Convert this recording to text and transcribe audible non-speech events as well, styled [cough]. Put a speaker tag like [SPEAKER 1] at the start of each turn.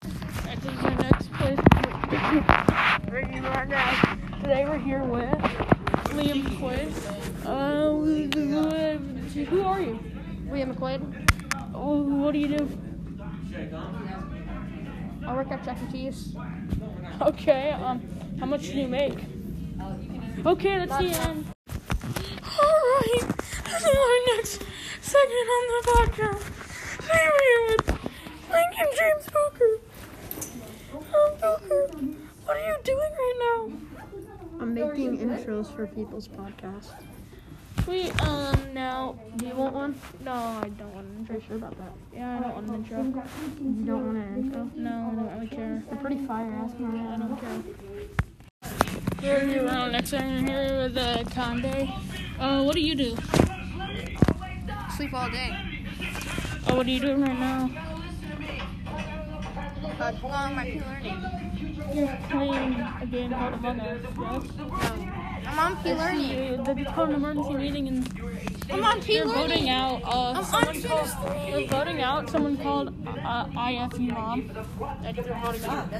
[SPEAKER 1] [laughs] Ready right now. Today we're here with Liam McQuaid. Uh, we- we- we- who are you?
[SPEAKER 2] William McQuaid.
[SPEAKER 1] Oh, What do you do?
[SPEAKER 2] I work at Chuck E. Cheese.
[SPEAKER 1] [laughs] Okay, um, how much do you make? Okay, that's the end. Alright, and now our next segment on the podcast. Today we're here with Lincoln James Booker. Um, Booker, what are you doing right now?
[SPEAKER 3] I'm making intros for people's podcasts.
[SPEAKER 1] We, um, now,
[SPEAKER 3] Do you want one?
[SPEAKER 1] no, I don't want an
[SPEAKER 3] I'm
[SPEAKER 1] intro.
[SPEAKER 3] pretty sure about that.
[SPEAKER 1] Yeah, I don't want an intro.
[SPEAKER 3] You don't want an intro?
[SPEAKER 1] No, I don't really care.
[SPEAKER 3] They're pretty fire ass
[SPEAKER 1] I
[SPEAKER 3] man.
[SPEAKER 1] don't care. We're here on our next segment here with uh, Conde. Uh, what do you do?
[SPEAKER 2] Sleep all day.
[SPEAKER 1] Oh, what are you doing right now?
[SPEAKER 2] Uh, along my P-Learning.
[SPEAKER 1] You're playing a game called Among Us, yes?
[SPEAKER 2] I'm on P-Learning.
[SPEAKER 1] You- They called an emergency meeting and
[SPEAKER 2] I'm on
[SPEAKER 1] they're
[SPEAKER 2] P-Learning.
[SPEAKER 1] voting out uh,
[SPEAKER 2] I'm
[SPEAKER 1] someone
[SPEAKER 2] on
[SPEAKER 1] called, they're voting out someone called uh, IFU Mom. Like, they're voting out.